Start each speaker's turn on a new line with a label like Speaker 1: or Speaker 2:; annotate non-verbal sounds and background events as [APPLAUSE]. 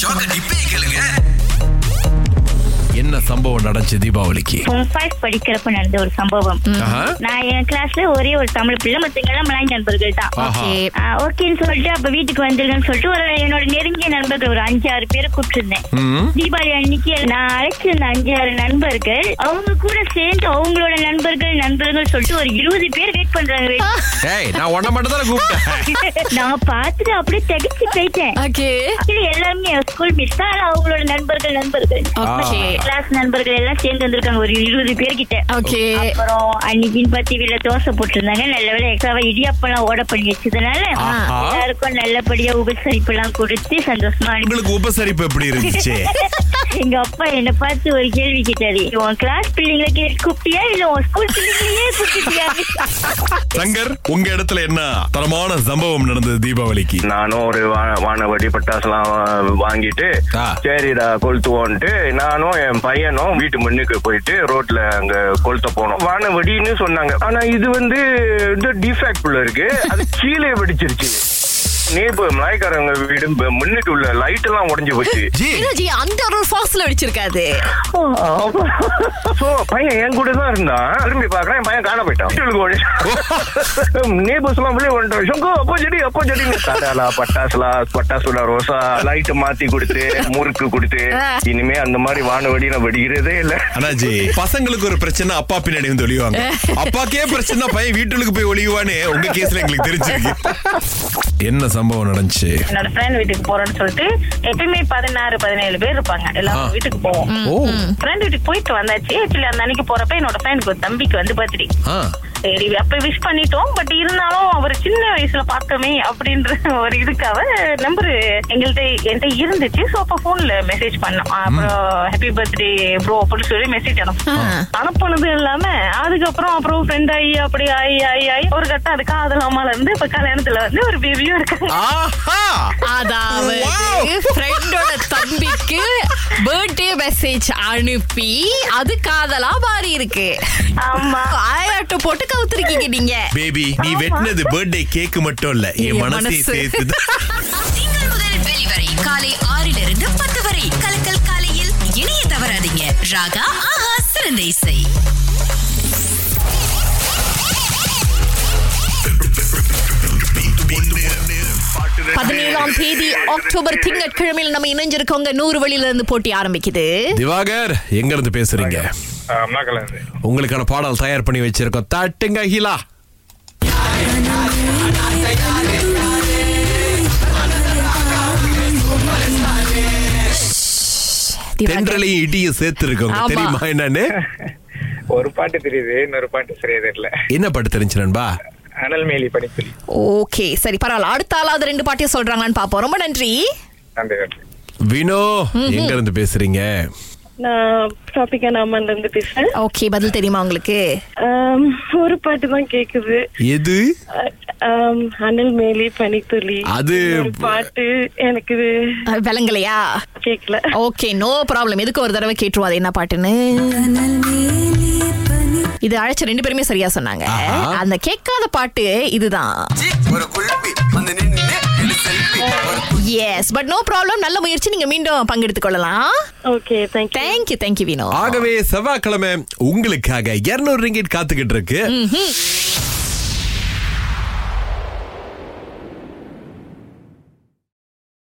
Speaker 1: ஷாக்க டிப்பே கேளுங்க
Speaker 2: என்ன சம்பவம் நடந்துச்சு தீபாவளிக்கு
Speaker 3: ஃபார்ம் ஃபைவ் படிக்கிறப்ப நடந்த ஒரு சம்பவம்
Speaker 2: ஆஹா.
Speaker 3: நான் என் கிளாஸ்ல ஒரே ஒரு தமிழ் பிள்ளை மத்தவங்க எல்லாம் மலாய் நண்பர்கள் தான்
Speaker 2: ஆஹா.
Speaker 4: ஓகே
Speaker 3: ஓகேன்னு சொல்லிட்டு அப்ப வீட்டுக்கு வந்துருங்கன்னு சொல்லிட்டு ஒரு என்னோட நெருங்கிய நண்பர்கள் ஒரு அஞ்சாறு பேரை கூப்பிட்டிருந்தேன்
Speaker 2: ம்.
Speaker 3: தீபாவளி அன்னைக்கு நான் அழைச்சிருந்த அஞ்சாறு நண்பர்கள் அவங்க கூட சேர்ந்து அவங்களோட நண்பர்கள் நண்பர்கள் சொல்லிட்டு ஒரு இருபது பேர் வெயிட் பண்றாங்க
Speaker 2: ஏய் நான் உன்ன மட்டும் தானே கூப்பிட்டேன்
Speaker 3: நான் பார்த்துட்டு அப்படியே தடிச்சு போயிட்டேன்
Speaker 4: ஓகே
Speaker 3: இது எல்லாருமே ஸ்கூல் மிஸ் தான் ஆனா அவங்களோட நண்பர்கள் நண்பர்கள்
Speaker 4: ஓகே
Speaker 3: கிளாஸ் நண்பர்கள் எல்லாம் சேர்ந்து வந்திருக்காங்க ஒரு இருபது பேர்கிட்ட
Speaker 4: ஓகே
Speaker 3: அப்புறம் அன்னைக்குன்னு பார்த்து வீட்டுல தோசை போட்டிருந்தாங்க நல்ல வேலை எக்ஸ்ட்ராவா இடியாப்பம் எல்லாம் ஓட பண்ணி வச்சதுனால
Speaker 2: ஆஹா.
Speaker 3: எல்லாருக்கும் நல்லபடியா உபசரிப்பு எல்லாம் கொடுத்து சந்தோஷமா அனுப்பி
Speaker 2: உங்களுக்கு உபசரிப்பு எப்படி இருந்துச்சு
Speaker 3: எங்க அப்பா என்ன பார்த்து ஒரு கேள்வி கேட்டாரு உன் கிளாஸ் பிள்ளைங்களை கே- கூப்பிட்டியா இல்ல உன் ஸ்கூல் பிள்ளைங்களையே கூப்பிட்டியா
Speaker 2: சங்கர் உங்க இடத்துல என்ன தரமான சம்பவம் நடந்தது தீபாவளிக்கு
Speaker 5: நானும் ஒரு வா- வானவடி பட்டாசுலாம் வா- வாங்கிட்டு
Speaker 2: ஆ.
Speaker 5: சரிடா கொளுத்துவோன்ட்டு நானும் என் பையனும் வீட்டு முன்னுக்கு போயிட்டு ரோட்ல அங்க கொளுத்த போனோம் வானவடின்னு சொன்னாங்க ஆனா இது வந்து இந்த டிஃபெக்ட் உள்ள இருக்கு அது கீழே வெடிச்சிருச்சு நேபர் மலாய்க்காரங்க வீடு ப- முன்னுக்கு உள்ள லைட் எல்லாம் உடஞ்சு போச்சு
Speaker 2: ஜி
Speaker 4: ஜி அந்த ஒரு ஃபாஸ்ட்ல அடிச்சிருக்காது
Speaker 5: சோ பையன் என் கூட தான் இருந்தான் திரும்பி பாக்குறேன் என் பையன் காண [LAUGHS] போயிட்டான் நேபர்ஸ் எல்லாம் வெளியே வந்துட்டோம் சங்கோ அப்போ செடி அப்போ செடி கடாலா பட்டாசுலா பட்டாசுல ரோசா லைட் மாத்தி கொடுத்து முறுக்கு கொடுத்து இனிமே அந்த மாதிரி வான வெடி நான் வெடிக்கிறதே இல்ல
Speaker 2: ஆனா ஜி பசங்களுக்கு ஒரு பிரச்சனை அப்பா பின்னாடி வந்து ஒளிவாங்க அப்பாக்கே பிரச்சனை பையன் வீட்டுக்கு போய் ஒளிவானே உங்க கேஸ்ல எங்களுக்கு தெரிஞ்சிருக்கு என்ன சம்பவம் நடந்துச்சு
Speaker 6: என்னோட ஃப்ரெண்ட் வீட்டுக்கு போறோம்னு சொல்லிட்டு எப்பயுமே பதினாறு பதினேழு பேர் இருப்பாங்க எல்லாரும்
Speaker 2: ஆ.
Speaker 6: வீட்டுக்கு போவோம்
Speaker 2: ஓ
Speaker 6: ஃப்ரெண்ட் வீட்டுக்கு போயிட்டு வந்தாச்சு ஆக்சுவலி அந்த அன்னைக்கு போறப்ப என்னோட ஃப்ரெண்டுக்கு ஒரு தம்பிக்கு வந்து பர்த்டே
Speaker 2: ஆ
Speaker 6: சரி அப்ப விஷ் பண்ணிட்டோம் பட் இருந்தாலும் அவர் சின்ன வயசுல பார்த்தோமே அப்படின்ற ஒரு இதுக்காக நம்பர் எங்கள்கிட்ட என்கிட்ட இருந்துச்சு ஸோ அப்ப போன்ல மெசேஜ் பண்ணோம் அப்புறம் ஹாப்பி பர்த்டே ப்ரோ அப்படின்னு சொல்லி மெசேஜ் அனுப்போம் அனுப்புனது இல்லாம அதுக்கப்புறம் அப்புறம் ஃப்ரெண்ட் ஆகி அப்படி ஆகி ஆகி ஆகி ஒரு கட்டம் அது காதலாமால இருந்து இப்ப கல்யாணத்துல வந்து ஒரு பேபியும் இருக்காங்க
Speaker 2: ஆஹா
Speaker 4: அதாவது
Speaker 2: Wow.
Speaker 4: ஃப்ரெண்டோட தம்பிக்கு பர்த்டே மெசேஜ் அனுப்பி அது காதலா மாறி இருக்கு
Speaker 6: ஆமா
Speaker 4: ஆயாட்டம் போட்டு கவுத்துருக்கீங்க நீங்க
Speaker 2: பேபி நீ வெட்டினது பர்த்டே கேக் மட்டும் இல்ல என்
Speaker 4: என்
Speaker 2: மனசை
Speaker 4: மனசு.
Speaker 2: சேர்த்து
Speaker 7: திங்கள் முதல் வெளிவரை காலை ஆறிலிருந்து பத்து வரை கலக்கல் காலையில் இணைய தவறாதீங்க ராகா ஆஹா சிறந்த இசை
Speaker 4: பதினேழாம் தேதி அக்டோபர் திங்கட்கிழமையில் நம்ம இணைஞ்சிருக்கோங்க நூறு வழியில இருந்து போட்டி ஆரம்பிக்குது
Speaker 2: திவாகர் எங்க இருந்து பேசுறீங்க உங்களுக்கான பாடல் தயார் பண்ணி வச்சிருக்கோம் தட்டுங்க ஹிலா
Speaker 4: திவாகர்.
Speaker 2: தென்றலையும் இடியும் சேர்த்து இருக்கோங்க
Speaker 4: ஆமா.
Speaker 2: தெரியுமா என்னன்னு
Speaker 8: ஒரு பாட்டு தெரியுது இன்னொரு பாட்டு சரியா தெரியல
Speaker 2: என்ன பட்டு தெரிஞ்சு நண்பா
Speaker 8: அனல் மேலி பனித்துளி
Speaker 4: ஓகே சரி பரவாயில்ல அடுத்த ஆளாவது ரெண்டு பாட்டியும் சொல்றாங்களான்னு பாப்போம் ரொம்ப நன்றி
Speaker 8: அந்த பாட்டு.
Speaker 2: வினோ எங்க இருந்து பேசுறீங்க
Speaker 9: நான் டாபிக் நாமல இருந்து பேசுறேன்
Speaker 4: ஓகே பதில் தெரியுமா உங்களுக்கு
Speaker 9: ஆம், ஒரு பாட்டு தான் கேக்குது
Speaker 2: எது
Speaker 9: அ- ஆம், அனல் மேலே பனித்துளி
Speaker 2: அது-
Speaker 9: ஒரு பாட்டு எனக்கு இது
Speaker 4: அஹ், விளங்கலையா
Speaker 9: கேக்கல
Speaker 4: ஓகே நோ ப்ராப்ளம் எதுக்கு ஒரு தடவை கேட்டுருவா அது என்ன பாட்டுன்னு இது அழைச்ச ரெண்டு பேருமே சரியா சொன்னாங்க
Speaker 2: ஆஹா.
Speaker 4: அந்த கேட்காத பாட்டு இதுதான்
Speaker 1: ஜி, ஒரு குழப்பி வந்து நின்னு எடு செல்ஃபி ஒரு
Speaker 4: எஸ் பட் நோ ப்ராப்ளம் நல்ல முயற்சி நீங்க மீண்டும் பங்கெடுத்துக் கொள்ளலாம்
Speaker 9: okay thank you
Speaker 4: thank you thank you Vino
Speaker 2: ஆகவே செவ்வாய்க்கிழமை உங்களுக்காக இருநூறு ரிங்கிட் காத்துக்கிட்டு இருக்கு